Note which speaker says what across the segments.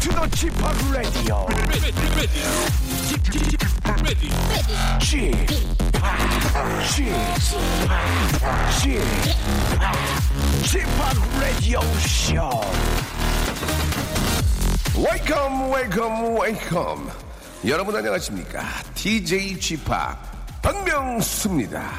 Speaker 1: 지팍 지팍 라디오 지팍 지팍 지팍 라디오 쇼
Speaker 2: 웨이컴 웨이컴 웨이컴 여러분 안녕하십니까 DJ 지팍 박명수입니다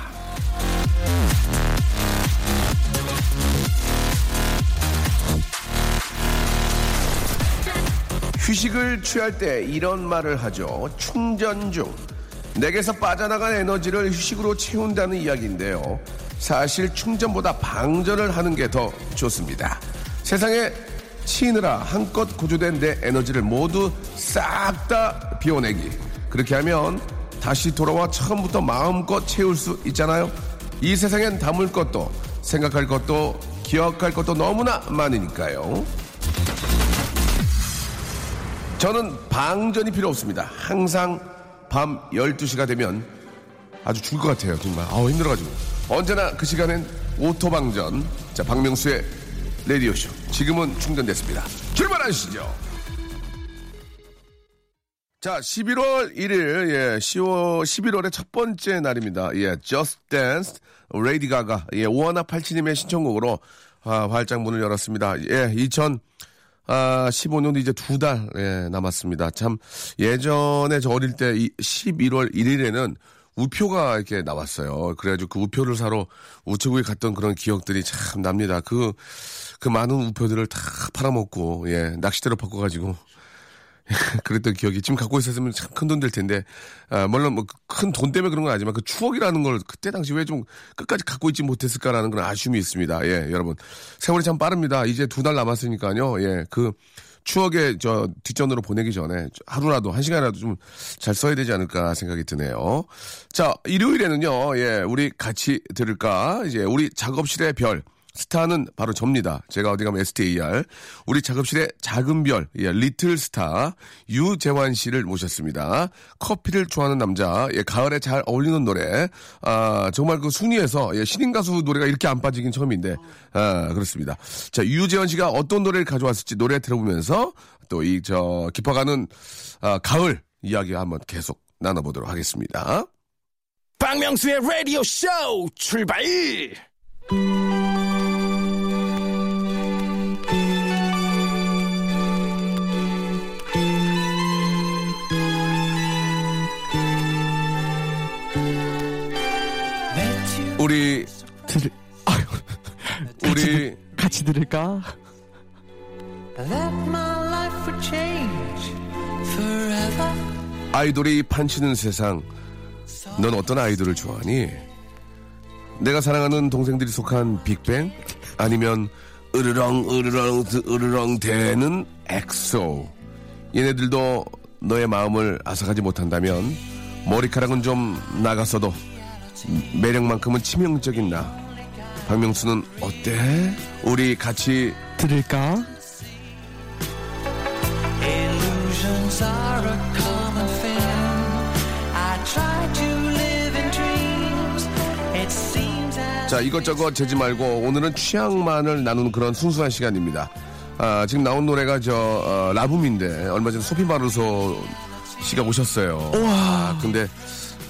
Speaker 2: 휴식을 취할 때 이런 말을 하죠 충전 중 내게서 빠져나간 에너지를 휴식으로 채운다는 이야기인데요 사실 충전보다 방전을 하는 게 더 좋습니다 세상에 치느라 한껏 고조된 내 에너지를 모두 싹 다 비워내기 그렇게 하면 다시 돌아와 처음부터 마음껏 채울 수 있잖아요 이 세상엔 담을 것도 생각할 것도 기억할 것도 너무나 많으니까요 저는 방전이 필요 없습니다. 항상 밤 12시가 되면 아주 죽을 것 같아요. 정말. 아우, 힘들어가지고. 언제나 그 시간엔 오토방전. 자, 박명수의 레디오쇼. 지금은 충전됐습니다. 출발하시죠. 자, 11월 1일, 예, 10월, 11월의 첫 번째 날입니다. 예, Just Dance, 레이디 가가, 예, 오하나 팔치님의 신청곡으로, 아, 활짝 문을 열었습니다. 예, 2000, 아, 15년도 이제 두 달, 예, 남았습니다. 참, 예전에 저 어릴 때 이 11월 1일에는 우표가 이렇게 나왔어요. 그래가지고 그 우표를 사러 우체국에 갔던 그런 기억들이 참 납니다. 그, 그 많은 우표들을 다 팔아먹고, 예, 낚싯대로 바꿔가지고. 그랬던 기억이 지금 갖고 있었으면 참 큰 돈 될 텐데 아, 물론 뭐 큰 돈 때문에 그런 건 아니지만 그 추억이라는 걸 그때 당시 왜 좀 끝까지 갖고 있지 못했을까라는 그런 아쉬움이 있습니다. 예, 여러분 세월이 참 빠릅니다. 이제 두 달 남았으니까요. 예, 그 추억의 저 뒷전으로 보내기 전에 하루라도 한 시간이라도 좀 잘 써야 되지 않을까 생각이 드네요. 자, 일요일에는요. 예, 우리 같이 들을까? 이제 우리 작업실의 별. 스타는 바로 접니다. 제가 어디 가면 STAR. 우리 작업실의 작은 별, 예, 리틀 스타, 유재환 씨를 모셨습니다. 커피를 좋아하는 남자, 예, 가을에 잘 어울리는 노래. 아, 정말 그 순위에서, 예, 신인 가수 노래가 이렇게 안 빠지긴 처음인데, 아, 그렇습니다. 자, 유재환 씨가 어떤 노래를 가져왔을지 노래 들어보면서 또 이 저 깊어가는, 아, 가을 이야기 한번 계속 나눠보도록 하겠습니다.
Speaker 1: 박명수의 라디오 쇼 출발
Speaker 2: 우리,
Speaker 3: 들,
Speaker 2: 우리,
Speaker 3: 같이 들을까?
Speaker 4: Let my life would change forever.
Speaker 2: 아이돌이 판치는 세상. 넌 어떤 아이돌을 좋아하니? 내가 사랑하는 동생들이 속한 빅뱅? 아니면 으르렁 으르렁 으르렁 대는 엑소? 얘네들도 너의 마음을 아삭하지 못한다면 머리카락은 좀 나갔어도 매력만큼은 치명적인 나. 박명수는 어때? 우리 같이
Speaker 3: 들을까?
Speaker 4: Illusions are a common thing. I try to live in dreams. It seems as
Speaker 2: 자 이것저것 재지 말고 오늘은 취향만을 나누는 그런 순수한 시간입니다. 아, 지금 나온 노래가 저 어, 라붐인데 얼마 전에 소피 마루소 씨가 오셨어요. 아, 근데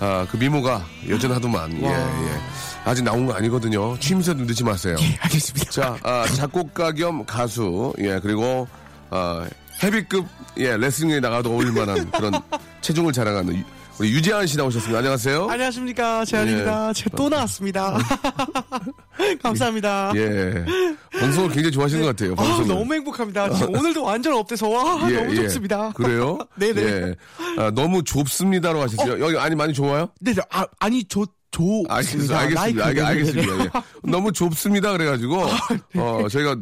Speaker 2: 아, 그 미모가 여전하더만 예, 예. 아직 나온 거 아니거든요. 취임새도 늦지 마세요.
Speaker 3: 예, 알겠습니다.
Speaker 2: 자 아, 작곡가 겸 가수 예 그리고 아, 헤비급 예 레슬링에 나가도 어울릴만한 그런 체중을 자랑하는 유- 우리 유재한 씨 나오셨습니다. 안녕하세요.
Speaker 3: 안녕하십니까 재현입니다.
Speaker 2: 예.
Speaker 3: 제가 또 나왔습니다. 감사합니다.
Speaker 2: 예 방송을 굉장히 좋아하시는 것 같아요.
Speaker 3: 아,
Speaker 2: 방송을. 예,
Speaker 3: 너무 행복합니다. 지금 오늘도 완전 업돼서 와 너무 좋습니다.
Speaker 2: 그래요?
Speaker 3: 네네.
Speaker 2: 예. 아, 너무 좁습니다로 하셨어요. 여기 아니 많이 좋아요?
Speaker 3: 네, 네, 아, 아니 저 조.
Speaker 2: 알겠습니다. 알겠습니다. 알겠, 알겠습니다. 예. 너무 좁습니다.
Speaker 3: 아,
Speaker 2: 그래가지고 어, 저희가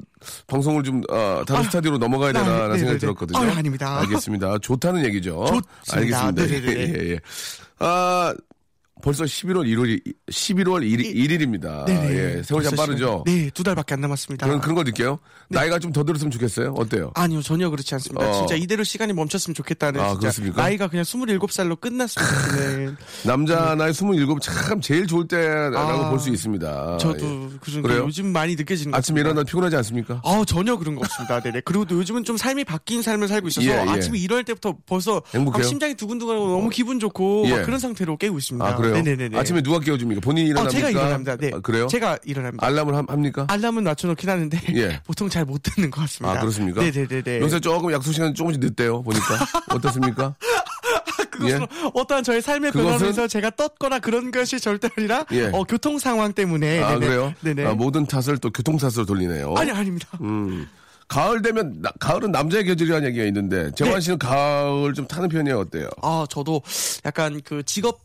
Speaker 2: 방송을 좀 어, 다른 스타디오로 넘어가야
Speaker 3: 네,
Speaker 2: 되나라는
Speaker 3: 네,
Speaker 2: 생각이
Speaker 3: 네.
Speaker 2: 들었거든요.
Speaker 3: 아, 아닙니다.
Speaker 2: 알겠습니다. 좋다는 얘기죠.
Speaker 3: 좋습니다.
Speaker 2: 알겠습니다.
Speaker 3: 네, 네, 네.
Speaker 2: 예, 예, 예. 아, 벌써 11월 1일이 11월 1일, 입니다 예, 세월이 참
Speaker 3: 네, 벌써
Speaker 2: 빠르죠.
Speaker 3: 시간이- 네, 두 달밖에 안 남았습니다.
Speaker 2: 그런 그런 거 느껴요? 나이가 좀 더 들었으면 좋겠어요. 어때요?
Speaker 3: 아니요, 전혀 그렇지 않습니다.
Speaker 2: 어.
Speaker 3: 진짜 이대로 시간이 멈췄으면 좋겠다는
Speaker 2: 아,
Speaker 3: 진짜
Speaker 2: 그렇습니까?
Speaker 3: 나이가 그냥 27살로 끝났습니다. 네.
Speaker 2: 남자 나이 27, 참 제일 좋을 때라고
Speaker 3: 아,
Speaker 2: 볼 수 있습니다.
Speaker 3: 저도
Speaker 2: 예.
Speaker 3: 그중
Speaker 2: 그래요?
Speaker 3: 요즘 많이 느껴지는 것
Speaker 2: 아침에
Speaker 3: 같습니다.
Speaker 2: 일어나 피곤하지 않습니까?
Speaker 3: 아 전혀 그런 거 없습니다. 네네. 그리고 또 요즘은 좀 삶이 바뀐 삶을 살고 있어서
Speaker 2: 예, 예.
Speaker 3: 아침에 일어날 때부터 벌써
Speaker 2: 행복해요? 어.
Speaker 3: 막 심장이 두근두근하고 너무 기분 좋고 막
Speaker 2: 예.
Speaker 3: 그런 상태로 깨고 있습니다.
Speaker 2: 아, 그래요?
Speaker 3: 네네네.
Speaker 2: 아침에 누가 깨워줍니까? 본인이
Speaker 3: 아,
Speaker 2: 일어납니까?
Speaker 3: 제가 일어납니다. 네.
Speaker 2: 아, 그래요?
Speaker 3: 제가 일어납니다.
Speaker 2: 알람을 함- 합니까?
Speaker 3: 알람은 낮춰놓긴 하는데
Speaker 2: 예.
Speaker 3: 보통 잘 못 듣는 것 같습니다.
Speaker 2: 아, 그렇습니까?
Speaker 3: 네네네네.
Speaker 2: 요새 조금 약속 시간 조금씩 늦대요, 보니까. 어떻습니까?
Speaker 3: 그것은
Speaker 2: 예?
Speaker 3: 어떠한 저의 삶의
Speaker 2: 그것은-
Speaker 3: 변화면서 제가 떴거나 그런 것이 절대 아니라
Speaker 2: 예.
Speaker 3: 어, 교통 상황 때문에
Speaker 2: 아,
Speaker 3: 네네.
Speaker 2: 그래요?
Speaker 3: 네네.
Speaker 2: 아, 모든 탓을 또 교통 탓으로 돌리네요.
Speaker 3: 아니 아닙니다.
Speaker 2: 음. 가을 되면 나- 가을은 남자의 계절이라는 얘기가 있는데 재환
Speaker 3: 네.
Speaker 2: 씨는 가을 좀 타는 편이에요, 어때요?
Speaker 3: 아, 저도 약간 그 직업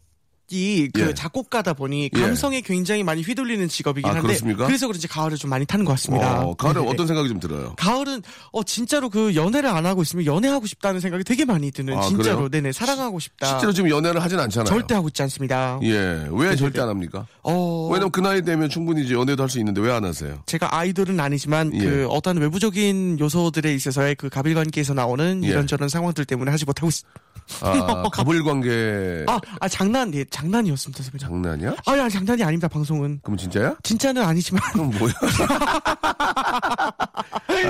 Speaker 3: 이 그
Speaker 2: 예.
Speaker 3: 작곡가다 보니
Speaker 2: 예.
Speaker 3: 감성에 굉장히 많이 휘둘리는 직업이긴
Speaker 2: 아,
Speaker 3: 한데
Speaker 2: 그렇습니까?
Speaker 3: 래서 그런지 가을을 좀 많이 타는 것 같습니다.
Speaker 2: 어, 가을에
Speaker 3: 네네네.
Speaker 2: 어떤 생각이 좀 들어요?
Speaker 3: 가을은 어 진짜로 그 연애를 안 하고 있으면 연애하고 싶다는 생각이 되게 많이 드는
Speaker 2: 아, 그래요?
Speaker 3: 진짜로 네네 사랑하고 싶다.
Speaker 2: 실제로 지금 연애를 하진 않잖아요.
Speaker 3: 절대 하고 있지 않습니다.
Speaker 2: 예, 왜 절대 안 합니까?
Speaker 3: 어
Speaker 2: 왜냐면 그 나이 되면 충분히 이제 연애도 할 수 있는데 왜 안 하세요?
Speaker 3: 제가 아이돌은 아니지만
Speaker 2: 예.
Speaker 3: 그 어떤 외부적인 요소들에 있어서의 그 가빌관계에서 나오는
Speaker 2: 예.
Speaker 3: 이런저런 상황들 때문에 하지 못하고 있...
Speaker 2: 아, 가불 관계
Speaker 3: 아, 아 장난 예, 장난이었습니다 선배님.
Speaker 2: 장난이야?
Speaker 3: 아니 아니, 장난이 아닙니다 방송은
Speaker 2: 그럼 진짜야?
Speaker 3: 진짜는 아니지만
Speaker 2: 그럼 뭐야?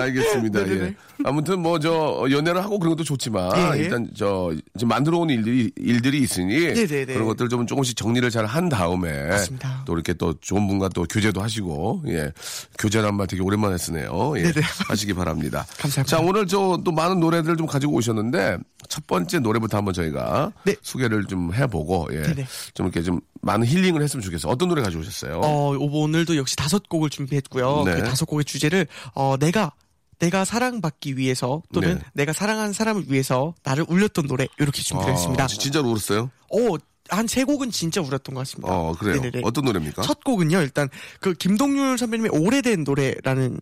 Speaker 2: 알겠습니다. 예.
Speaker 3: 네네네.
Speaker 2: 아무튼 뭐 저 연애를 하고 그런 것도 좋지만
Speaker 3: 예, 예.
Speaker 2: 일단 저 지금 만들어 온 일들이 일들이 있으니
Speaker 3: 네네네.
Speaker 2: 그런 것들 좀 조금씩 정리를 잘 한 다음에
Speaker 3: 맞습니다.
Speaker 2: 또 이렇게 또 좋은 분과 또 교제도 하시고 예 교제란 말 되게 오랜만에 쓰네요. 예.
Speaker 3: 네네.
Speaker 2: 하시기 바랍니다.
Speaker 3: 감사합니다.
Speaker 2: 자 오늘 저 또 많은 노래들 좀 가지고 오셨는데 첫 번째 노래부터 한번 저희가
Speaker 3: 네.
Speaker 2: 소개를 좀 해보고 예.
Speaker 3: 네네.
Speaker 2: 좀 이렇게 좀 많은 힐링을 했으면 좋겠어요. 어떤 노래 가져오셨어요?
Speaker 3: 어, 오늘도 역시 다섯 곡을 준비했고요.
Speaker 2: 네.
Speaker 3: 그 다섯 곡의 주제를 어, 내가 내가 사랑받기 위해서 또는
Speaker 2: 네.
Speaker 3: 내가 사랑하는 사람을 위해서 나를 울렸던 노래 이렇게 준비를 했습니다.
Speaker 2: 아, 진- 진짜로 울었어요?
Speaker 3: 오, 한 세 곡은 진짜 울었던 것 같습니다.
Speaker 2: 어, 그래요.
Speaker 3: 네네네.
Speaker 2: 어떤 노래입니까?
Speaker 3: 첫 곡은요. 일단 그 김동률 선배님의 오래된 노래라는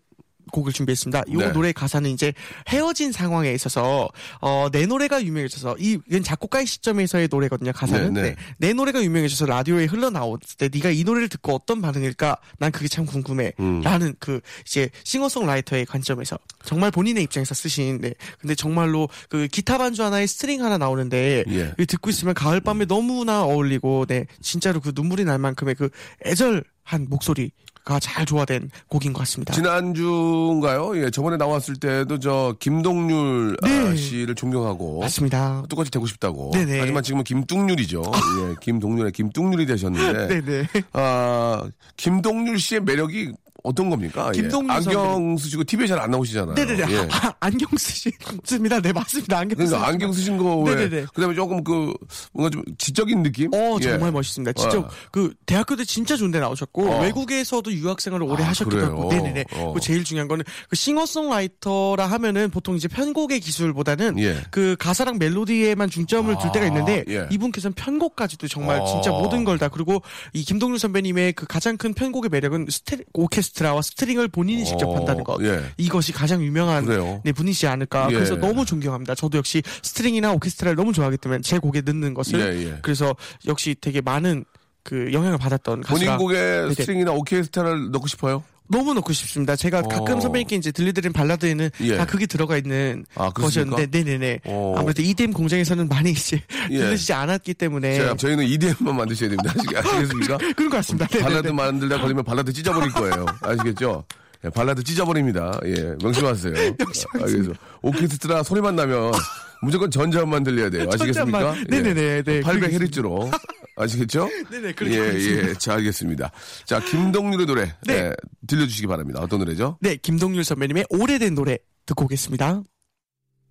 Speaker 3: 곡을 준비했습니다. 이
Speaker 2: 네.
Speaker 3: 노래 가사는 이제 헤어진 상황에 있어서 어, 내 노래가 유명해져서 이 이건 작곡가의 시점에서의 노래거든요. 가사는
Speaker 2: 네, 네.
Speaker 3: 네. 내 노래가 유명해져서 라디오에 흘러나왔을 때 네가 이 노래를 듣고 어떤 반응일까? 난 그게 참
Speaker 2: 음.
Speaker 3: 궁금해.라는 그 이제 싱어송라이터의 관점에서 정말 본인의 입장에서 쓰신 네. 근데 정말로 그 기타 반주 하나에 스트링 하나 나오는데
Speaker 2: 예.
Speaker 3: 이거 듣고 있으면 가을 밤에 너무나 어울리고 네 진짜로 그 눈물이 날 만큼의 그 애절한 목소리가 잘 조화된 곡인 것 같습니다.
Speaker 2: 지난주인가요? 예, 저번에 나왔을 때도 저 김동률 아,
Speaker 3: 네.
Speaker 2: 씨를 존경하고
Speaker 3: 맞습니다.
Speaker 2: 똑같이 되고 싶다고.
Speaker 3: 네네.
Speaker 2: 하지만 지금은 김뚱률이죠. 예, 김동률의 김뚱률이 되셨는데.
Speaker 3: 네네.
Speaker 2: 아, 김동률 씨의 매력이 어떤 겁니까? 예,
Speaker 3: 김동률
Speaker 2: 안경 쓰시고 TV에 잘 안 나오시잖아요.
Speaker 3: 네네네. 아,
Speaker 2: 예.
Speaker 3: 아, 안경 쓰십니다. 네 맞습니다. 안경 쓰.
Speaker 2: 그러니까 안경 쓰신 거 왜?
Speaker 3: 네네네.
Speaker 2: 그다음에 조금 그 뭔가 좀 지적인 느낌?
Speaker 3: 어
Speaker 2: 예.
Speaker 3: 정말 멋있습니다. 진짜
Speaker 2: 와.
Speaker 3: 그 대학교 때 진짜 존대 나오셨고
Speaker 2: 어.
Speaker 3: 외국에서도 유학생활을 오래
Speaker 2: 아,
Speaker 3: 하셨기도
Speaker 2: 그래요?
Speaker 3: 하고 네네네.
Speaker 2: 어.
Speaker 3: 그 제일 중요한 거는 그 싱어송라이터라 하면은 보통 이제 편곡의 기술보다는
Speaker 2: 예.
Speaker 3: 그 가사랑 멜로디에만 중점을 둘 때가 있는데
Speaker 2: 아, 예.
Speaker 3: 이분께서는 편곡까지도 정말
Speaker 2: 어.
Speaker 3: 진짜 모든 걸 다 그리고 이 김동률 선배님의 그 가장 큰 편곡의 매력은 스테 오케스트라와 스트링을 본인이 직접
Speaker 2: 어,
Speaker 3: 한다는 것.
Speaker 2: 예.
Speaker 3: 이것이 가장 유명한
Speaker 2: 그래요?
Speaker 3: 네, 분이시지 않을까.
Speaker 2: 예.
Speaker 3: 그래서 너무 존경합니다. 저도 역시 스트링이나 오케스트라를 너무 좋아하기 때문에 제 곡에 넣는 것을
Speaker 2: 예, 예.
Speaker 3: 그래서 역시 되게 많은 그 영향을 받았던
Speaker 2: 본인
Speaker 3: 가수가
Speaker 2: 곡에
Speaker 3: 네네.
Speaker 2: 스트링이나 오케스트라를 넣고 싶어요?
Speaker 3: 너무 넣고 싶습니다. 제가
Speaker 2: 어.
Speaker 3: 가끔 선배님께 이제 들려드린 발라드에는
Speaker 2: 예.
Speaker 3: 다 그게 들어가 있는
Speaker 2: 아, 그렇습니까?
Speaker 3: 것이었는데, 네네네.
Speaker 2: 어.
Speaker 3: 아무래도 EDM 공장에서는 많이 이제
Speaker 2: 예.
Speaker 3: 들리지 않았기 때문에
Speaker 2: 자, 저희는 EDM만 만드셔야 됩니다. 아시, 아시겠습니까?
Speaker 3: 예. 그런 것 같습니다. 네네네.
Speaker 2: 발라드 만들다 걸리면 발라드 찢어버릴 거예요. 아시겠죠? 예, 발라드 찢어버립니다. 예, 명심하세요. 알겠습니다. 오케스트라 소리만 나면 무조건 전자음만 들려야 돼요.
Speaker 3: 전자음만.
Speaker 2: 아시겠습니까?
Speaker 3: 네네네, 네,
Speaker 2: 800Hz로. 아시겠죠?
Speaker 3: 네네, 그렇게
Speaker 2: 예, 예.
Speaker 3: 하겠습니다.
Speaker 2: 자, 알겠습니다. 자, 김동률의 노래.
Speaker 3: 네.
Speaker 2: 예, 들려주시기 바랍니다. 어떤 노래죠?
Speaker 3: 네, 김동률 선배님의 오래된 노래 듣고 오겠습니다.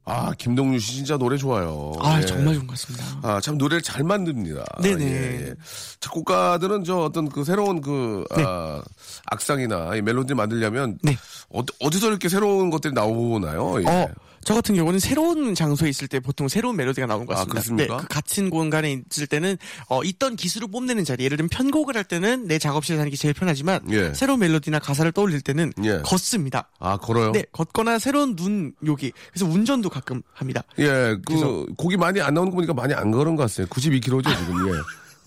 Speaker 2: 아, 김동률 씨 진짜 노래 좋아요.
Speaker 3: 아,
Speaker 2: 예.
Speaker 3: 정말 좋은 것 같습니다.
Speaker 2: 아, 참 노래를 잘 만듭니다.
Speaker 3: 네네.
Speaker 2: 예, 예. 작곡가들은 저 어떤 그 새로운 그 아, 악상이나 이 멜로디를 만들려면
Speaker 3: 네.
Speaker 2: 어, 어디서 이렇게 새로운 것들이 나오나요? 예.
Speaker 3: 어, 저 같은 경우는 새로운 장소에 있을 때 보통 새로운 멜로디가 나오는 것
Speaker 2: 아,
Speaker 3: 같습니다.
Speaker 2: 그렇습니까?
Speaker 3: 네, 그 같은 공간에 있을 때는 어, 있던 기술을 뽐내는 자리, 예를 들면 편곡을 할 때는 내 작업실에서 하는 게 제일 편하지만
Speaker 2: 예.
Speaker 3: 새로운 멜로디나 가사를 떠올릴 때는
Speaker 2: 예.
Speaker 3: 걷습니다.
Speaker 2: 아, 걸어요?
Speaker 3: 네, 걷거나 새로운 눈 요기. 그래서 운전도 가끔 합니다.
Speaker 2: 예, 그
Speaker 3: 그래서-
Speaker 2: 곡이 많이 안 나오는 거 보니까 많이 안 걸은 것 같아요. 92kg죠 지금. 예.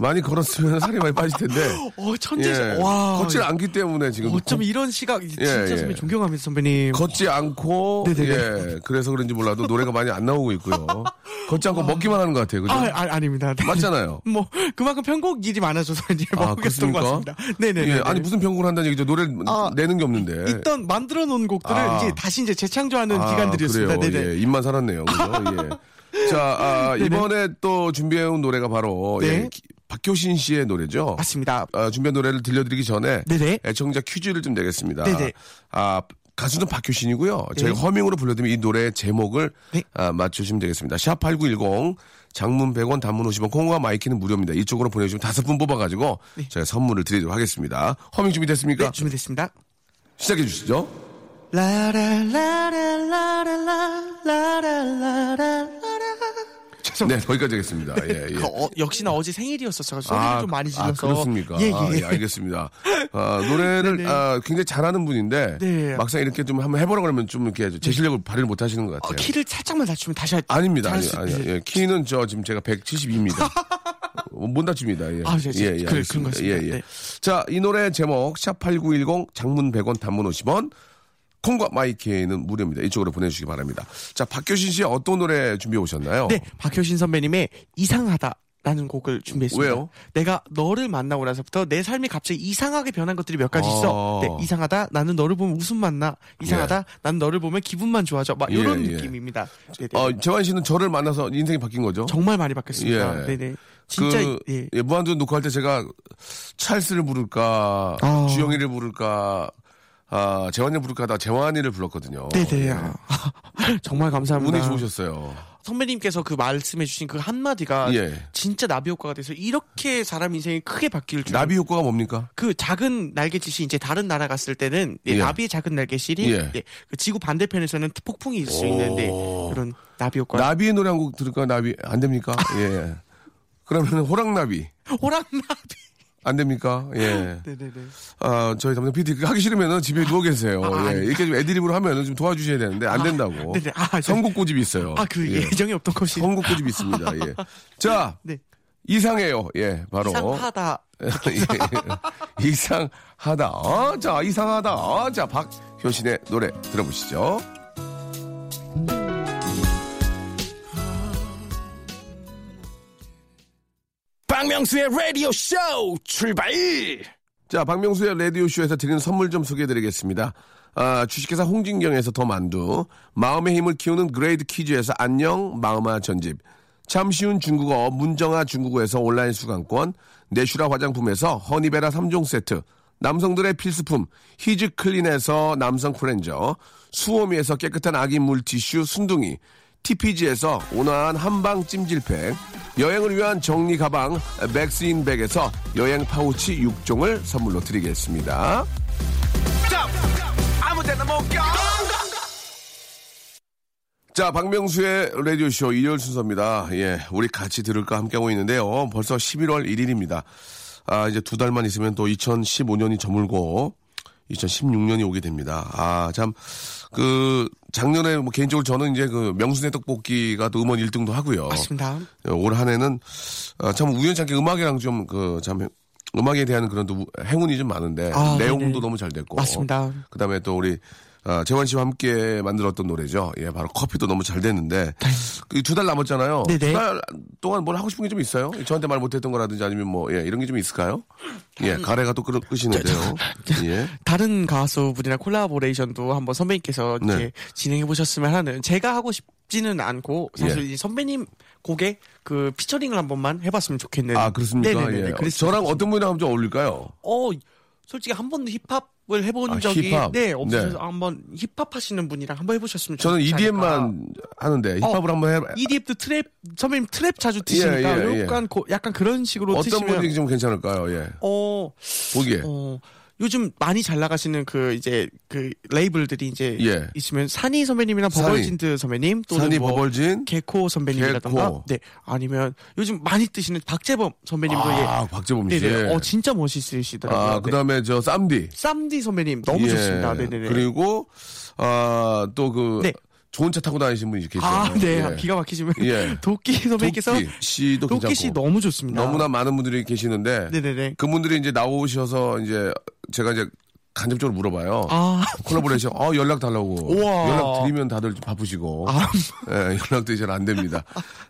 Speaker 2: 많이 걸었으면 살이 많이 빠질 텐데.
Speaker 3: 어 천재.
Speaker 2: 예.
Speaker 3: 와.
Speaker 2: 걷질 않기 때문에 지금.
Speaker 3: 어쩜 이런 시각 진짜
Speaker 2: 예, 예.
Speaker 3: 선배 존경합니다 선배님.
Speaker 2: 걷지 않고
Speaker 3: 네네네.
Speaker 2: 예 그래서 그런지 몰라도 노래가 많이 안 나오고 있고요. 걷지 않고 먹기만 하는 것 같아요. 그죠?
Speaker 3: 아, 아 아닙니다. 네.
Speaker 2: 맞잖아요.
Speaker 3: 뭐 그만큼 편곡 일이 많아져서 이제
Speaker 2: 아,
Speaker 3: 먹겠던 것
Speaker 2: 그렇습니까?
Speaker 3: 같습니다. 네네.
Speaker 2: 예, 아니 무슨 평균 한다는 얘기죠. 노래 를
Speaker 3: 아,
Speaker 2: 내는 게 없는데.
Speaker 3: 있던 만들어 놓은 곡들을
Speaker 2: 아.
Speaker 3: 이제 다시 이제 재창조하는
Speaker 2: 아,
Speaker 3: 기간들이었습니다.
Speaker 2: 그래요.
Speaker 3: 네네.
Speaker 2: 예, 입만 살았네요. 그죠? 예. 자, 아, 이번에 또 준비해온 노래가 바로
Speaker 3: 네.
Speaker 2: 예, 기- 박효신 씨의 노래죠.
Speaker 3: 맞습니다.
Speaker 2: 아, 준비한 노래를 들려드리기 전에
Speaker 3: 네네.
Speaker 2: 애청자 퀴즈를 좀 내겠습니다.
Speaker 3: 네네.
Speaker 2: 아, 가수는 박효신이고요. 저희가 허밍으로 불러드리면 이 노래의 제목을
Speaker 3: 네.
Speaker 2: 아, 맞추시면 되겠습니다. 샵8910 장문 100원 단문 50원 콩과 마이키는 무료입니다. 이쪽으로 보내주시면 다섯 분 뽑아가지고 제가 선물을 드리도록 하겠습니다. 허밍 준비됐습니까?
Speaker 3: 네, 준비됐습니다.
Speaker 2: 시작해 주시죠. 네, 거기까지 하겠습니다. 예, 예.
Speaker 3: 어, 역시나 어제 생일이었어서 소리를
Speaker 2: 아,
Speaker 3: 좀 많이
Speaker 2: 아,
Speaker 3: 질러서
Speaker 2: 그렇습니까?
Speaker 3: 예, 예.
Speaker 2: 아, 예, 알겠습니다. 아, 노래를 아, 굉장히 잘하는 분인데
Speaker 3: 네.
Speaker 2: 막상 이렇게 좀 한번 해보라고 하면 좀 이렇게 제 실력을 발휘를 못하시는 것
Speaker 3: 어,
Speaker 2: 같아요.
Speaker 3: 키를 살짝만 낮추면 다시 할
Speaker 2: 아닙니다. 아니,
Speaker 3: 잘할 수 네.
Speaker 2: 아니,
Speaker 3: 있-
Speaker 2: 예, 키는 저 지금 제가 172입니다. 못 낮춥니다. 예.
Speaker 3: 아, 예, 예. 그래,
Speaker 2: 알겠습니다.
Speaker 3: 그런 것 같습니다.
Speaker 2: 예, 예.
Speaker 3: 네.
Speaker 2: 자, 이 노래 제목 샵8910 장문 100원 단문 50원 콩과 마이케이는 무료입니다. 이쪽으로 보내주시기 바랍니다. 자, 박효신 씨 어떤 노래 준비해 오셨나요?
Speaker 3: 네, 박효신 선배님의 이상하다라는 곡을 준비했습니다.
Speaker 2: 왜요?
Speaker 3: 내가 너를 만나고 나서부터 내 삶이 갑자기 이상하게 변한 것들이 몇 가지
Speaker 2: 아.
Speaker 3: 있어. 네, 이상하다. 나는 너를 보면 웃음 만나. 이상하다. 나는 너를 보면 기분만 좋아져. 막 이런
Speaker 2: 예, 예.
Speaker 3: 느낌입니다. 네네.
Speaker 2: 어, 재환 씨는 저를 만나서 인생이 바뀐 거죠?
Speaker 3: 정말 많이 바뀌었습니다.
Speaker 2: 예.
Speaker 3: 네네. 진짜
Speaker 2: 그,
Speaker 3: 예.
Speaker 2: 예, 무한도전 녹화할 때 제가 찰스를 부를까,
Speaker 3: 아.
Speaker 2: 주영이를 부를까, 아, 재환이를 부를까 하다 재환이를 불렀거든요.
Speaker 3: 네네.
Speaker 2: 예.
Speaker 3: 아, 정말 감사합니다.
Speaker 2: 운이 좋으셨어요.
Speaker 3: 선배님께서 그 말씀해주신 그 한마디가
Speaker 2: 예.
Speaker 3: 진짜 나비 효과가 돼서 이렇게 사람 인생이 크게 바뀔 줄.
Speaker 2: 나비 효과가 뭡니까?
Speaker 3: 그 작은 날갯짓이 이제 다른 나라 갔을 때는 예,
Speaker 2: 예.
Speaker 3: 나비의 작은 날갯짓이
Speaker 2: 예.
Speaker 3: 예, 그 지구 반대편에서는 폭풍이 있을 수 있는데 그런 나비 효과.
Speaker 2: 나비의 노래 한 곡 들을까요? 나비. 안 됩니까? 예. 그러면 호랑나비.
Speaker 3: 호랑나비.
Speaker 2: 안 됩니까? 예.
Speaker 3: 네네네.
Speaker 2: 아, 저희 담당 PD 하기 싫으면 집에 누워 계세요.
Speaker 3: 아,
Speaker 2: 예.
Speaker 3: 아니.
Speaker 2: 이렇게 좀 애드립으로 하면 좀 도와주셔야 되는데 안 된다고.
Speaker 3: 네네. 아,
Speaker 2: 선곡 고집이 있어요.
Speaker 3: 아그
Speaker 2: 예.
Speaker 3: 예. 정이 없던 것이.
Speaker 2: 선곡 고집이 있습니다. 예. 자,
Speaker 3: 네.
Speaker 2: 이상해요. 예, 바로.
Speaker 3: 이상하다.
Speaker 2: 어. 예. 이상하다. 어? 자, 이상하다. 어? 자, 박효신의 노래 들어보시죠.
Speaker 1: 박명수의 라디오 쇼 출발!
Speaker 2: 자, 박명수의 라디오쇼에서 드리는 선물 좀 소개해 드리겠습니다. 아, 주식회사 홍진경에서 더 만두, 마음의 힘을 키우는 그레이드 퀴즈에서 안녕, 마음아 전집, 참 쉬운 중국어 문정아 중국어에서 온라인 수강권, 내슈라 화장품에서 허니베라 3종 세트, 남성들의 필수품 히즈 클린에서 남성 클렌저, 수오미에서 깨끗한 아기 물티슈 순둥이, TPG에서 온화한 한방 찜질팩, 여행을 위한 정리 가방 맥스인백에서 여행 파우치 6종을 선물로 드리겠습니다. 자, 박명수의 라디오쇼 일요일 순서입니다. 예, 우리 같이 들을까 함께하고 있는데요. 벌써 11월 1일입니다. 아, 이제 두 달만 있으면 또 2015년이 저물고 2016년이 오게 됩니다. 아, 참, 그, 작년에 뭐 개인적으로 저는 이제 그 명순의 떡볶이가 또 음원 1등도 하고요.
Speaker 3: 맞습니다.
Speaker 2: 올 한해는 아, 참 우연찮게 음악이랑 좀 그 참 음악에 대한 그런 또 우- 행운이 좀 많은데
Speaker 3: 아,
Speaker 2: 내용도
Speaker 3: 네네.
Speaker 2: 너무 잘 됐고
Speaker 3: 맞습니다.
Speaker 2: 그다음에 또 우리 아, 재환 씨와 함께 만들었던 노래죠. 예, 바로 커피도 너무 잘 됐는데 두 달 남았잖아요.
Speaker 3: 네. 네네.
Speaker 2: 두 달 동안 뭘 하고 싶은 게 좀 있어요? 저한테 말 못했던 거라든지 아니면 뭐 예, 이런 게 좀 있을까요? 예,
Speaker 3: 음.
Speaker 2: 가래가 또 끄- 끄시는데요. 예.
Speaker 3: 다른 가수분이랑 콜라보레이션도 한번 선배님께서 이렇게
Speaker 2: 네.
Speaker 3: 진행해 보셨으면 하는 제가 하고 싶지는 않고 사실
Speaker 2: 예.
Speaker 3: 이 선배님 곡에 그 피처링을 한 번만 해봤으면 좋겠는.
Speaker 2: 아 그렇습니까?
Speaker 3: 네네네.
Speaker 2: 예.
Speaker 3: 그랬으면
Speaker 2: 저랑
Speaker 3: 좋겠습니다.
Speaker 2: 어떤 분이랑 하면 좀 어울릴까요?
Speaker 3: 어 솔직히 한 번도 힙합을 해본
Speaker 2: 아,
Speaker 3: 적이
Speaker 2: 힙합.
Speaker 3: 네 없어서
Speaker 2: 네.
Speaker 3: 한번 힙합 하시는 분이랑 한번 해보셨으면
Speaker 2: 저는
Speaker 3: 좋지 않을까.
Speaker 2: EDM만 하는데 힙합을
Speaker 3: 어,
Speaker 2: 한번 해.
Speaker 3: EDM도 트랩 선배님 트랩 자주 트시니까
Speaker 2: 예, 예, 예.
Speaker 3: 약간 고- 약간 그런 식으로
Speaker 2: 어떤
Speaker 3: 트시면
Speaker 2: 분이 좀 괜찮을까요? 예.
Speaker 3: 어,
Speaker 2: 보기에.
Speaker 3: 어 요즘 많이 잘 나가시는 그 이제 그 레이블들이 이제
Speaker 2: 예.
Speaker 3: 있으면 산이 선배님이나
Speaker 2: 산이.
Speaker 3: 버벌진드 선배님 또는
Speaker 2: 산이
Speaker 3: 뭐
Speaker 2: 버벌진.
Speaker 3: 개코 선배님이라던가
Speaker 2: 개코.
Speaker 3: 네 아니면 요즘 많이 뜨시는 박재범 선배님도
Speaker 2: 아, 박재범
Speaker 3: 예.
Speaker 2: 씨.
Speaker 3: 네네 어 진짜 멋있으시더라고요.
Speaker 2: 아,
Speaker 3: 네.
Speaker 2: 그다음에 저 쌈디.
Speaker 3: 쌈디 선배님 너무 네,
Speaker 2: 예.
Speaker 3: 좋습니다. 네네네.
Speaker 2: 그리고 아, 또 그
Speaker 3: 네.
Speaker 2: 좋은 차 타고 다니신 분이 계시죠.
Speaker 3: 아, 네.
Speaker 2: 예.
Speaker 3: 기가 막히시면
Speaker 2: 예.
Speaker 3: 도끼 선배께서
Speaker 2: 도끼 씨도
Speaker 3: 도끼 씨
Speaker 2: 괜찮고
Speaker 3: 너무 좋습니다.
Speaker 2: 너무나 많은 분들이 계시는데
Speaker 3: 네네네.
Speaker 2: 그분들이 이제 나오셔서 이제 제가 이제 간접적으로 물어봐요.
Speaker 3: 아,
Speaker 2: 콜라보레이션 어 연락 달라고
Speaker 3: 우와.
Speaker 2: 연락 드리면 다들 좀 바쁘시고
Speaker 3: 아,
Speaker 2: 예, 연락도 이제 안 됩니다.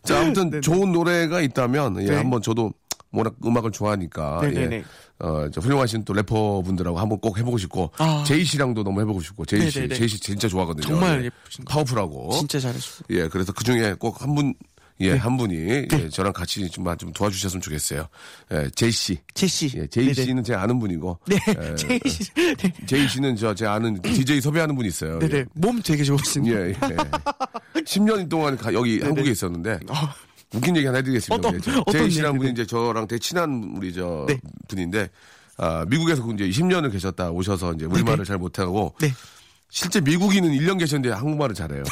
Speaker 2: 자 아무튼
Speaker 3: 네네.
Speaker 2: 좋은 노래가 있다면 예,
Speaker 3: 네.
Speaker 2: 한번 저도 워낙 음악을 좋아하니까
Speaker 3: 네네네.
Speaker 2: 예, 어, 저 훌륭하신 또 래퍼 분들하고 한번 꼭 해보고 싶고
Speaker 3: 아.
Speaker 2: 제이 씨랑도 너무 해보고 싶고 제이 씨
Speaker 3: 네네네.
Speaker 2: 제이 씨 진짜 좋아하거든요.
Speaker 3: 정말
Speaker 2: 예.
Speaker 3: 예쁘신 거.
Speaker 2: 파워풀하고
Speaker 3: 진짜 네. 잘해주고.
Speaker 2: 예, 그래서 그 중에 꼭 한 분, 예, 한 분이, 예, 저랑 같이 좀, 좀 도와주셨으면 좋겠어요. 예, 제이 씨.
Speaker 3: 제시.
Speaker 2: 예, 제이 씨는 예. 제 아는 분이고,
Speaker 3: 네, 제시. 네.
Speaker 2: 제이 씨는 저, 제 아는 DJ 섭외하는 분이 있어요.
Speaker 3: 네네. 몸 되게 좋으신.
Speaker 2: 예, 예. 10년 동안 가- 여기 한국에 있었는데,
Speaker 3: 아,
Speaker 2: 웃긴 얘기 하나 해드리겠습니다.
Speaker 3: 어떤-
Speaker 2: 예, 저
Speaker 3: 어떤
Speaker 2: 제이 씨라는
Speaker 3: 얘기를?
Speaker 2: 분이 이제 저랑 되게 친한 우리 저
Speaker 3: 네.
Speaker 2: 분인데, 아, 미국에서 이제 20년을 계셨다 오셔서 이제 우리말을 잘 못하고,
Speaker 3: 네.
Speaker 2: 실제 미국인은 1년 계셨는데 한국말을 잘해요.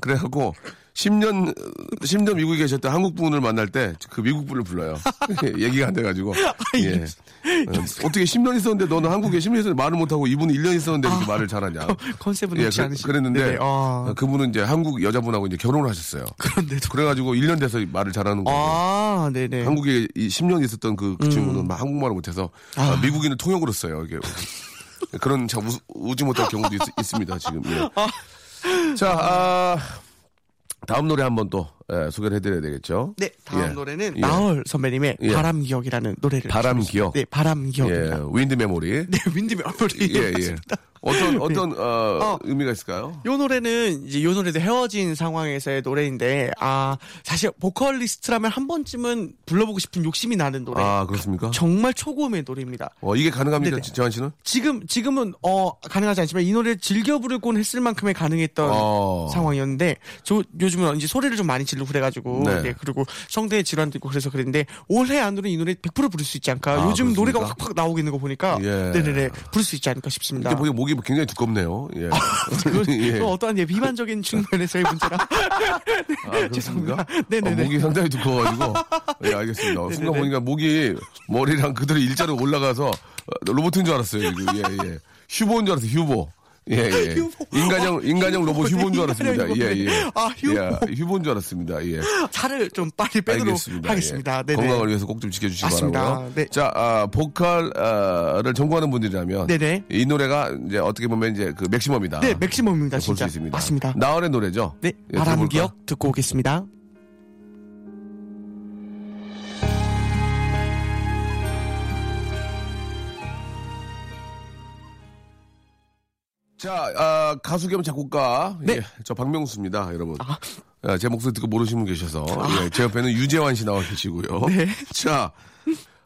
Speaker 2: 그래갖고 10년 10년 미국에 계셨던 한국 분을 만날 때 그 미국 분을 불러요. 얘기가 안 돼가지고.
Speaker 3: 아,
Speaker 2: 예. 어, 어떻게 10년 있었는데 너는 한국에 10년 있었는데 말을 못하고 이분은 1년 있었는데
Speaker 3: 아,
Speaker 2: 이렇게 말을 잘하냐.
Speaker 3: 컨셉은
Speaker 2: 예,
Speaker 3: 없지
Speaker 2: 그,
Speaker 3: 않으신.
Speaker 2: 그랬는데
Speaker 3: 네네. 아,
Speaker 2: 어, 그분은 이제 한국 여자분하고 이제 결혼을 하셨어요.
Speaker 3: 그런데도.
Speaker 2: 그래가지고 1년 돼서 말을 잘하는 거예요.
Speaker 3: 아, 음. 네네.
Speaker 2: 한국에 이 10년 있었던 그, 그 친구는 막 한국말을 못해서 아, 미국인을 통역으로 써요. 이게 그런 참 우, 우지 못할 경우도 있, 습니다 지금. 예.
Speaker 3: 아.
Speaker 2: 자, 아, 다음 노래 한번 또 예, 소개를 해드려야 되겠죠.
Speaker 3: 네, 다음
Speaker 2: 예.
Speaker 3: 노래는
Speaker 2: 예.
Speaker 3: 나얼 선배님의
Speaker 2: 예.
Speaker 3: 바람기억이라는 노래를.
Speaker 2: 바람
Speaker 3: 준비했습니다.
Speaker 2: 기억.
Speaker 3: 네, 바람기억입니다.
Speaker 2: 예, 윈드 메모리.
Speaker 3: 네, 윈드밀 아무리.
Speaker 2: 예, 예. 어떤 어떤 어,
Speaker 3: 어.
Speaker 2: 의미가 있을까요?
Speaker 3: 요 노래는 이제 요 노래도 헤어진 상황에서의 노래인데 아 사실 보컬리스트라면 한 번쯤은 불러보고 싶은 욕심이 나는 노래.
Speaker 2: 아 그렇습니까?
Speaker 3: 정말 초고음의 노래입니다.
Speaker 2: 어, 이게 가능합니까,
Speaker 3: 네. 네네.
Speaker 2: 재환 씨는?
Speaker 3: 지금 지금은 어 가능하지 않지만 이 노래를 즐겨 부르곤 했을 만큼의 가능했던
Speaker 2: 어.
Speaker 3: 상황이었는데 저 요즘은 이제 소리를 좀 많이 질르고 그래가지고
Speaker 2: 네.
Speaker 3: 예, 그리고 성대 질환도 있고 그래서 그랬는데 올해 안으로 이 노래 100% 부를 수 있지 않을까.
Speaker 2: 아,
Speaker 3: 요즘
Speaker 2: 그렇습니까?
Speaker 3: 노래가 확확 나오고 있는 거 보니까
Speaker 2: 예. 뭐
Speaker 3: 네네네 부를 수 있지 않을까 싶습니다.
Speaker 2: 이게 보기 목이 굉장히 두껍네요. 예.
Speaker 3: 그러니까. 그건
Speaker 2: 예.
Speaker 3: 또 어떠한 예, 비만적인 측면에서의 문제라
Speaker 2: 아,
Speaker 3: 죄송합니다.
Speaker 2: 그렇습니까?
Speaker 3: 네네네.
Speaker 2: 어, 목이 상당히 두꺼워가지고. 예, 알겠습니다. 어, 순간
Speaker 3: 네네네.
Speaker 2: 보니까 목이 머리랑 그대로 일자로 올라가서 어, 로봇인 줄 알았어요. 이거. 예, 예. 휴보인 줄 알았어요. 휴보. 예, 예.
Speaker 3: 휴보.
Speaker 2: 인간형,
Speaker 3: 어,
Speaker 2: 인간형 로봇
Speaker 3: 휴보.
Speaker 2: 휴보인 줄
Speaker 3: 네,
Speaker 2: 알았습니다.
Speaker 3: 인간형
Speaker 2: 예,
Speaker 3: 로봇.
Speaker 2: 예.
Speaker 3: 아, 휴보.
Speaker 2: 예, 휴보인 줄 알았습니다. 예.
Speaker 3: 살을 좀 빨리 빼도록
Speaker 2: 알겠습니다.
Speaker 3: 하겠습니다.
Speaker 2: 예.
Speaker 3: 네네.
Speaker 2: 건강을 위해서 꼭 좀 지켜주시기
Speaker 3: 맞습니다.
Speaker 2: 바라고요.
Speaker 3: 네.
Speaker 2: 자, 아, 보컬을 전공하는 분들이라면
Speaker 3: 네네.
Speaker 2: 이 노래가 이제 어떻게 보면 이제 그 맥시멈이다.
Speaker 3: 네, 맥시멈입니다.
Speaker 2: 볼 수
Speaker 3: 진짜.
Speaker 2: 있습니다.
Speaker 3: 맞습니다.
Speaker 2: 나얼의 노래죠.
Speaker 3: 네,
Speaker 2: 예,
Speaker 3: 바람
Speaker 2: 들어볼까요? 어.
Speaker 3: 기억 듣고 오겠습니다.
Speaker 2: 자, 아, 가수 겸 작곡가.
Speaker 3: 네.
Speaker 2: 예, 저 박명수입니다, 여러분.
Speaker 3: 아.
Speaker 2: 예, 제 목소리 듣고 모르시는 분 계셔서. 예, 제 옆에는 유재환 씨 나와 계시고요.
Speaker 3: 네.
Speaker 2: 자,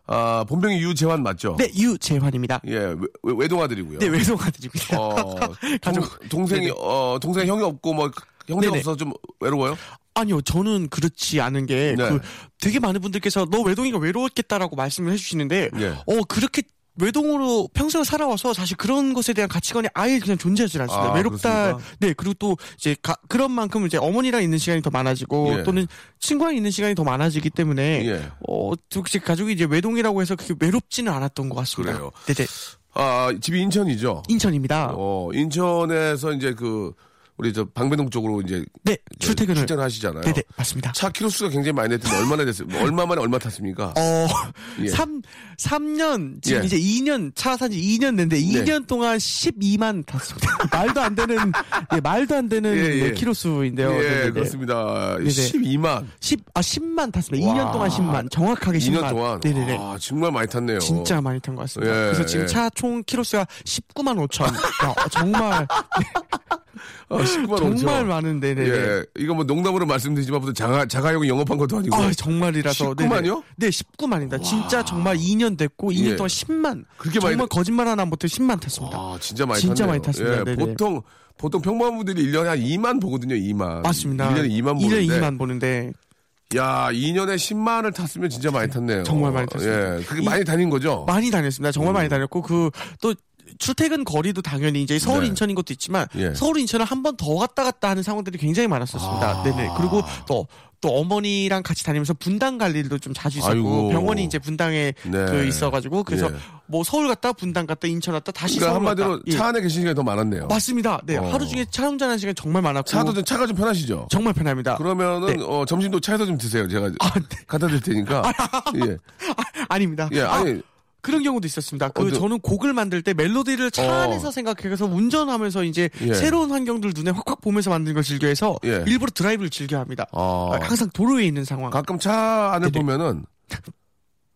Speaker 2: 아, 본명이 유재환 맞죠?
Speaker 3: 네, 유재환입니다.
Speaker 2: 예, 외, 외- 외동아들이고요.
Speaker 3: 네, 외송하드립니다.
Speaker 2: 어,
Speaker 3: 가족.
Speaker 2: 동, 생이
Speaker 3: 네네.
Speaker 2: 어, 동생 형이 없고 뭐 형제가
Speaker 3: 네네.
Speaker 2: 없어서 좀 외로워요?
Speaker 3: 아니요, 저는 그렇지 않은 게
Speaker 2: 네.
Speaker 3: 그 되게 많은 분들께서 너 외동이가 외로웠겠다라고 말씀을 해주시는데
Speaker 2: 예.
Speaker 3: 어 그렇게 외동으로 평생을 살아와서 사실 그런 것에 대한 가치관이 아예 그냥 존재하지 않습니다.
Speaker 2: 아,
Speaker 3: 외롭다.
Speaker 2: 그렇습니까?
Speaker 3: 네 그리고 또 이제 가- 그런 만큼 이제 어머니랑 있는 시간이 더 많아지고
Speaker 2: 예.
Speaker 3: 또는 친구랑 있는 시간이 더 많아지기 때문에
Speaker 2: 예.
Speaker 3: 어 혹시 가족이 이제 외동이라고 해서 그게 외롭지는 않았던 것 같습니다.
Speaker 2: 그래요.
Speaker 3: 네네
Speaker 2: 아, 집이 인천이죠?
Speaker 3: 인천입니다.
Speaker 2: 어, 인천에서 이제 그, 우리 저 방배동 쪽으로 이제
Speaker 3: 네 출퇴근을
Speaker 2: 하시잖아요.
Speaker 3: 네네 맞습니다.
Speaker 2: 차 키로수가 굉장히 많이 됐는데 얼마나 됐어요? 얼마 만에 얼마 탔습니까?
Speaker 3: 어,
Speaker 2: 예.
Speaker 3: 삼 3, 년 지금
Speaker 2: 예. 네.
Speaker 3: 이제 2년, 차 산 지 2년 됐는데, 2년 동안 12만 탔습니다. 말도 안 되는, 예, 말도 안 되는
Speaker 2: 예, 예.
Speaker 3: 네, 키로수인데요.
Speaker 2: 예,
Speaker 3: 네네네.
Speaker 2: 그렇습니다.
Speaker 3: 네네.
Speaker 2: 12만.
Speaker 3: 10, 아, 10만 탔습니다.
Speaker 2: 와.
Speaker 3: 2년 동안 10만. 정확하게 10만.
Speaker 2: 2년 동안.
Speaker 3: 그 네네네.
Speaker 2: 와, 정말 많이 탔네요.
Speaker 3: 진짜 많이 탄 것 같습니다.
Speaker 2: 예,
Speaker 3: 그래서 지금
Speaker 2: 예.
Speaker 3: 차 총 키로수가 19만 5천. 야, 정말,
Speaker 2: 아, 19만 5천.
Speaker 3: 정말 많은데, 네.
Speaker 2: 예. 이거 뭐 농담으로 말씀드리지만 무슨 자가, 자가용 영업한 것도 아니고.
Speaker 3: 아, 정말이라서. 네네.
Speaker 2: 19만 이요?
Speaker 3: 네, 19만입니다. 진짜 정말 2년 됐고, 2년
Speaker 2: 예.
Speaker 3: 동안 10만.
Speaker 2: 그렇게 많이
Speaker 3: 정말 거짓말 하나 못해 10만 탔습니다.
Speaker 2: 아, 진짜 많이
Speaker 3: 진짜
Speaker 2: 탔네요.
Speaker 3: 많이 탔습니다.
Speaker 2: 예,
Speaker 3: 네네.
Speaker 2: 보통, 보통 평범한 분들이 1년에 한 2만 보거든요, 2만.
Speaker 3: 아, 맞습니다.
Speaker 2: 1년에 2만 보는데.
Speaker 3: 1년에 2만 보는데.
Speaker 2: 야, 2년에 10만을 탔으면 진짜 많이 탔네요.
Speaker 3: 정말 많이 탔습니다.
Speaker 2: 예. 그게
Speaker 3: 이-
Speaker 2: 많이 다닌 거죠?
Speaker 3: 많이 다녔습니다. 정말
Speaker 2: 음.
Speaker 3: 많이 다녔고 그 또 출퇴근 거리도 당연히 이제 서울
Speaker 2: 네.
Speaker 3: 인천인 것도 있지만
Speaker 2: 예. 아.
Speaker 3: 서울 인천을 한 번 더 왔다 갔다 하는 상황들이 굉장히 많았었습니다. 네네. 그리고 또 또 어머니랑 같이 다니면서 분당 갈 일도 좀 자주 있었고
Speaker 2: 아이고.
Speaker 3: 병원이 이제 분당에
Speaker 2: 네.
Speaker 3: 그 있어가지고 그래서
Speaker 2: 예.
Speaker 3: 뭐 서울 갔다 분당 갔다 인천 갔다 다시
Speaker 2: 그러니까
Speaker 3: 서울
Speaker 2: 한마디로
Speaker 3: 갔다. 예.
Speaker 2: 차 안에 계신 시간이 더 많았네요.
Speaker 3: 맞습니다. 네
Speaker 2: 어.
Speaker 3: 하루 중에 차 운전하는 시간 정말 많았고
Speaker 2: 차도 좀, 차가 좀 편하시죠?
Speaker 3: 정말 편합니다.
Speaker 2: 그러면은
Speaker 3: 네.
Speaker 2: 어, 점심도 차에서 좀 드세요. 제가 갖다 드릴 테니까. 예,
Speaker 3: 아, 닙니다
Speaker 2: 예, 아니
Speaker 3: 그런 경우도 있었습니다. 그
Speaker 2: 어, 저-
Speaker 3: 저는 곡을 만들 때 멜로디를 차
Speaker 2: 어.
Speaker 3: 안에서 생각해서 운전하면서 이제
Speaker 2: 예.
Speaker 3: 새로운 환경들 눈에 확확 보면서 만드는 걸 즐겨해서
Speaker 2: 예.
Speaker 3: 일부러 드라이브를 즐겨합니다. 아,
Speaker 2: 어.
Speaker 3: 항상 도로에 있는 상황.
Speaker 2: 가끔 차 안을
Speaker 3: 네네.
Speaker 2: 보면은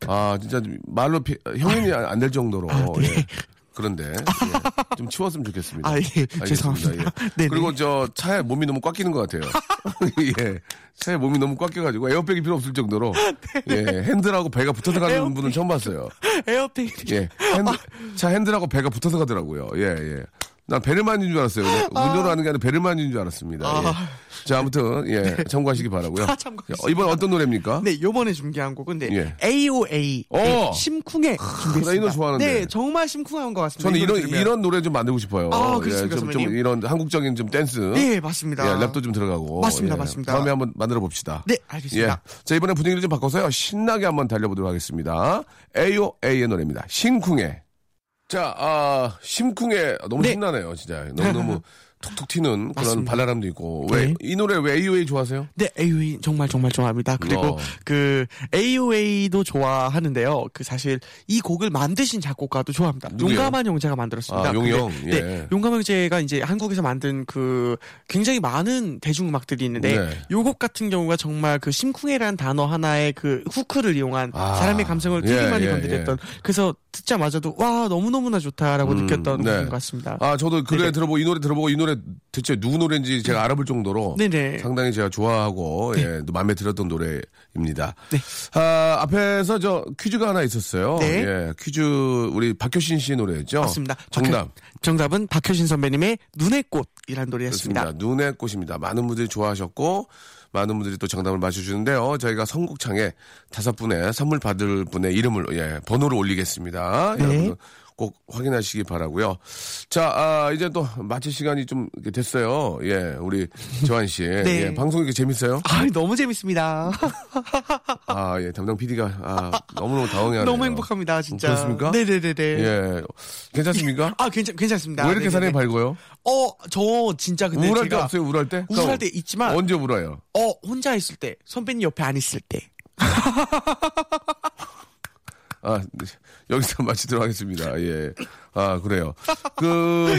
Speaker 2: 아 진짜 말로 피- 형님이
Speaker 3: 아.
Speaker 2: 안 될 정도로 예. 그런데 예. 좀 치웠으면 좋겠습니다.
Speaker 3: 네. 아, 예.
Speaker 2: 알겠습니다.
Speaker 3: 죄송합니다.
Speaker 2: 예.
Speaker 3: 네네.
Speaker 2: 그리고 저 차에 몸이 너무 꽉 끼는 것 같아요. 예, 차에 몸이 너무 꽉 끼가지고 에어백이 필요 없을 정도로 예, 핸들하고 배가 붙어서 가는
Speaker 3: 네. 에어백.
Speaker 2: 분은 처음 봤어요.
Speaker 3: 에어팩이
Speaker 2: 예,
Speaker 3: 아.
Speaker 2: 핸들, 차 핸들하고 배가 붙어서 가더라고요. 예, 예. 난 배를 만진 줄 알았어요. 운전을 하는 게 아니라 배를 만진 줄 알았습니다. 예. 자, 아무튼, 예, 참고하시기 바라고요
Speaker 3: 네. 아, 참고하겠습니다.
Speaker 2: 어, 이번 어떤 노래입니까?
Speaker 3: 네, 요번에 준비한 곡은 네,
Speaker 2: 예.
Speaker 3: AOA
Speaker 2: 어.
Speaker 3: 네, 심쿵의 준비했습니다.
Speaker 2: 나이 노래 좋아하는데.
Speaker 3: 네, 정말 심쿵한 것 같습니다.
Speaker 2: 저는
Speaker 3: 네, 이 노래
Speaker 2: 이런,
Speaker 3: 들으면.
Speaker 2: 이런 노래 좀 만들고 싶어요. 예,
Speaker 3: 아, 그렇습니까,
Speaker 2: 좀, 좀
Speaker 3: 선배님?
Speaker 2: 이런 한국적인 좀 댄스.
Speaker 3: 네, 맞습니다.
Speaker 2: 예, 랩도 좀 들어가고.
Speaker 3: 맞습니다,
Speaker 2: 예.
Speaker 3: 맞습니다.
Speaker 2: 다음에 한번 만들어 봅시다.
Speaker 3: 네, 알겠습니다.
Speaker 2: 예. 자, 이번에 분위기를 좀 바꿔서요. 신나게 한번 달려보도록 하겠습니다. AOA의 노래입니다. 심쿵해. 자, 아, 심쿵해. 너무
Speaker 3: 네.
Speaker 2: 신나네요, 진짜. 너무너무 툭툭 튀는 그런
Speaker 3: 맞습니다.
Speaker 2: 발랄함도 있고. 왜,
Speaker 3: 네.
Speaker 2: 이 노래 왜 AOA 좋아하세요?
Speaker 3: 네, AOA 정말 정말 좋아합니다. 그리고
Speaker 2: 어.
Speaker 3: 그 AOA도 좋아하는데요. 그 사실 이 곡을 만드신 작곡가도 좋아합니다.
Speaker 2: 누구요?
Speaker 3: 용감한 형제가 만들었습니다.
Speaker 2: 아, 용형,
Speaker 3: 근데,
Speaker 2: 예.
Speaker 3: 네, 용감한 형제가 이제 한국에서 만든 그 굉장히 많은 대중음악들이 있는데
Speaker 2: 네.
Speaker 3: 요 곡 같은 경우가 정말 그 심쿵해라는 단어 하나의 그 후크를 이용한
Speaker 2: 아.
Speaker 3: 사람의 감성을 되게
Speaker 2: 예,
Speaker 3: 많이
Speaker 2: 예,
Speaker 3: 건드렸던 그래서 듣자마자도 와 너무너무나 좋다라고
Speaker 2: 음,
Speaker 3: 느꼈던
Speaker 2: 네.
Speaker 3: 곡인 것 같습니다.
Speaker 2: 아, 저도 그 노래
Speaker 3: 네네. 네.
Speaker 2: 들어보고 이 노래 들어보고 이 노래 대체 누구 노래인지 제가 알아볼 정도로
Speaker 3: 네네.
Speaker 2: 상당히 제가 좋아하고 예, 또 마음에 들었던 노래입니다.
Speaker 3: 네.
Speaker 2: 아, 앞에서 저 퀴즈가 하나 있었어요.
Speaker 3: 네.
Speaker 2: 예, 퀴즈 우리 박효신 씨의 노래였죠.
Speaker 3: 맞습니다.
Speaker 2: 정답.
Speaker 3: 박효- 정답은 박효신 선배님의 눈의 꽃이라는 노래였습니다.
Speaker 2: 그렇습니다. 눈의 꽃입니다. 많은 분들이 좋아하셨고 많은 분들이 또 정답을 맞춰주는데요. 저희가 선곡창에 다섯 분의 선물 받을 분의 이름을 예, 번호를 올리겠습니다.
Speaker 3: 네.
Speaker 2: 여러분 꼭 확인하시기 바라고요. 자 아, 이제 또 마칠 시간이 좀 이렇게 됐어요. 예, 우리 재환 씨,
Speaker 3: 네.
Speaker 2: 예, 방송 이렇게 재밌어요?
Speaker 3: 아, 너무 재밌습니다.
Speaker 2: 아, 예, 담당 PD가 아, 너무너무 당황해하네요. 어,
Speaker 3: 너무 행복합니다, 진짜.
Speaker 2: 그렇습니까?
Speaker 3: 네네네네.
Speaker 2: 예, 괜찮습니까?
Speaker 3: 아, 괜찮, 괜찮습니다.
Speaker 2: 왜 이렇게 사람이
Speaker 3: 네네네.
Speaker 2: 밝아요?
Speaker 3: 어, 저 진짜 근데
Speaker 2: 우울할 때
Speaker 3: 제가
Speaker 2: 없어요? 우울할 때?
Speaker 3: 우울할 때
Speaker 2: 그럼
Speaker 3: 있지만,
Speaker 2: 언제 울어요?
Speaker 3: 어, 혼자 있을 때, 선배님 옆에 안 있을 때.
Speaker 2: 아, 네. 여기서 마치도록 하겠습니다. 예. 아, 그래요. 그,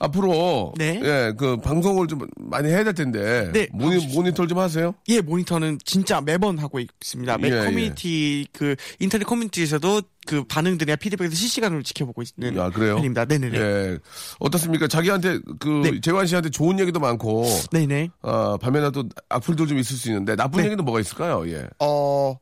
Speaker 2: 앞으로.
Speaker 3: 네.
Speaker 2: 예, 그, 방송을 좀 많이 해야 될 텐데.
Speaker 3: 네,
Speaker 2: 모니, 모니터를 좀 하세요?
Speaker 3: 예, 모니터는 진짜 매번 하고 있습니다. 매
Speaker 2: 예, 예.
Speaker 3: 커뮤니티, 그, 인터넷 커뮤니티에서도 그 반응들이나 피드백을 실시간으로 지켜보고 있는.
Speaker 2: 아, 그래요?
Speaker 3: 편입니다. 네. 네네네.
Speaker 2: 예. 어떻습니까? 자기한테, 그,
Speaker 3: 네.
Speaker 2: 재환 씨한테 좋은 얘기도 많고.
Speaker 3: 네네.
Speaker 2: 아, 밤에나 또 악플도 좀 있을 수 있는데. 나쁜
Speaker 3: 네.
Speaker 2: 얘기는 뭐가 있을까요? 예.
Speaker 3: 어,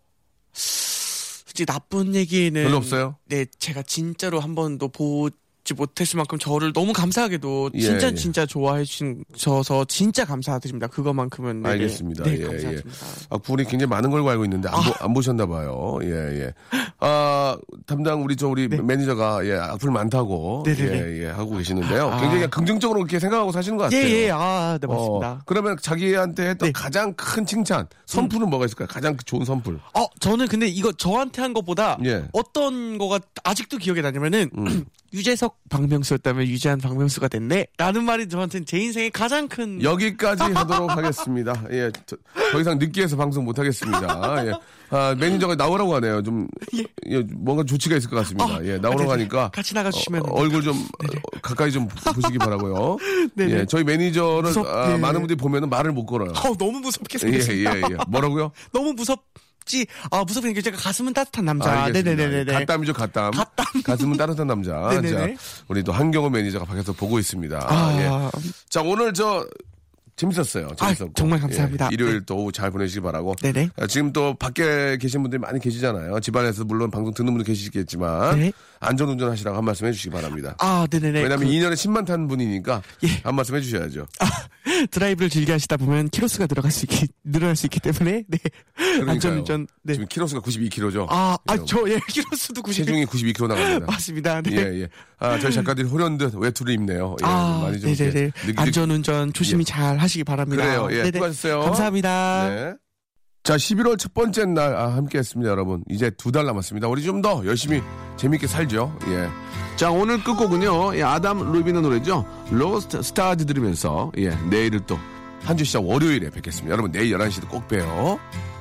Speaker 3: 솔직히 나쁜 얘기는
Speaker 2: 별로 없어요?
Speaker 3: 네, 제가 진짜로 한 번도 보지 못했을 만큼 저를 너무 감사하게도
Speaker 2: 예,
Speaker 3: 진짜
Speaker 2: 예.
Speaker 3: 진짜 좋아해 주셔서 진짜 감사드립니다. 그거만큼은 네네.
Speaker 2: 알겠습니다.
Speaker 3: 네,
Speaker 2: 예,
Speaker 3: 감사합니다.
Speaker 2: 예. 악플이 굉장히 많은 걸로 알고 있는데 안, 보, 안 보셨나 봐요. 예, 예. 아, 담당 우리 저 우리 매니저가 예, 악플 많다고
Speaker 3: 네. 네네네.
Speaker 2: 예, 예, 하고 계시는데요.
Speaker 3: 아.
Speaker 2: 굉장히 긍정적으로 그렇게 생각하고 사시는 것
Speaker 3: 예,
Speaker 2: 같아요.
Speaker 3: 예, 아, 네,
Speaker 2: 어,
Speaker 3: 맞습니다.
Speaker 2: 그러면 자기한테 했던
Speaker 3: 네. 음.
Speaker 2: 가장 큰 칭찬, 선풀은 뭐가 있을까요? 가장 좋은 선풀.
Speaker 3: 어, 저는 근데 이거 저한테 한 것보다
Speaker 2: 예. 음.
Speaker 3: 어떤 거가 아직도 기억에 나냐면은 유재석 박명수였다면 유재한 박명수가 됐네 라는 말이 저한테는 제 인생의 가장 큰
Speaker 2: 여기까지 하도록 하겠습니다. 예, 저- 더 이상 늦게해서 방송 못 하겠습니다. 예, 아, 매니저가 나오라고 하네요. 좀 예, 뭔가 조치가 있을 것 같습니다.
Speaker 3: 아,
Speaker 2: 예, 나오라고
Speaker 3: 아, 네, 네.
Speaker 2: 하니까
Speaker 3: 같이 나가주시면
Speaker 2: 어, 얼굴 좀 어, 가까이 좀 보시기 바라고요.
Speaker 3: 네,
Speaker 2: 예,
Speaker 3: 네.
Speaker 2: 저희 매니저를
Speaker 3: 무섭-
Speaker 2: 아,
Speaker 3: 네.
Speaker 2: 많은 분들이 보면은 말을 못 걸어요.
Speaker 3: 어우, 너무 무섭게
Speaker 2: 예, 예,
Speaker 3: 생겼습니다.
Speaker 2: 예. 뭐라고요?
Speaker 3: 너무 무섭지. 아, 무섭게 생겼 제가 가슴은 따뜻한 남자.
Speaker 2: 아, 알겠습니다.
Speaker 3: 네네네네.
Speaker 2: 갓담이죠, 갓담.
Speaker 3: 갓담.
Speaker 2: 가슴은 따뜻한 남자. 자,
Speaker 3: 네네네.
Speaker 2: 우리 또 한경호 매니저가 밖에서 보고 있습니다.
Speaker 3: 아,
Speaker 2: 예. 자, 오늘 저 재밌었어요. 재밌었고.
Speaker 3: 정말 감사합니다. 네.
Speaker 2: 예, 일요일 또 오후 잘 보내시기 바라고.
Speaker 3: 네네.
Speaker 2: 아, 지금 또 밖에 계신 분들이 많이 계시잖아요. 집안에서 물론 방송 듣는 분도 계시겠지만
Speaker 3: 네.
Speaker 2: 안전 운전하시라고 한 말씀 해주시기 바랍니다.
Speaker 3: 아, 네네네.
Speaker 2: 왜냐하면
Speaker 3: 그 예. 아,
Speaker 2: 2년에 10만 탄 분이니까 한 말씀 해주셔야죠.
Speaker 3: 드라이브를 즐겨 하시다 보면 키로수가 들어갈 수 있기, 늘어날 수 있기 때문에, 네.
Speaker 2: 그러니까요.
Speaker 3: 안전운전, 네.
Speaker 2: 지금 키로수가 92kg죠.
Speaker 3: 아, 아,
Speaker 2: 예,
Speaker 3: 저, 예, 키로수도 90.
Speaker 2: 체중이 92kg 나갑니다.
Speaker 3: 맞습니다. 네.
Speaker 2: 예, 예. 아, 저희 작가들이 호련듯 외투를 입네요. 예,
Speaker 3: 아,
Speaker 2: 많이 좀 이렇게
Speaker 3: 네네네.
Speaker 2: 느끼-
Speaker 3: 안전운전 조심히 잘 하시기 바랍니다.
Speaker 2: 그래요. 예, 수고하셨어요.
Speaker 3: 감사합니다.
Speaker 2: 네. 자, 11월 첫 번째 날 아, 함께했습니다, 여러분. 이제 두 달 남았습니다. 우리 좀 더 열심히 재밌게 살죠. 예.
Speaker 5: 자 오늘 끝곡은요 예, 아담 루비의 노래죠 로스트 스타즈 들으면서 예 내일을 또
Speaker 2: 한 주 시작 월요일에 뵙겠습니다. 여러분, 내일 11시도 꼭 봬요.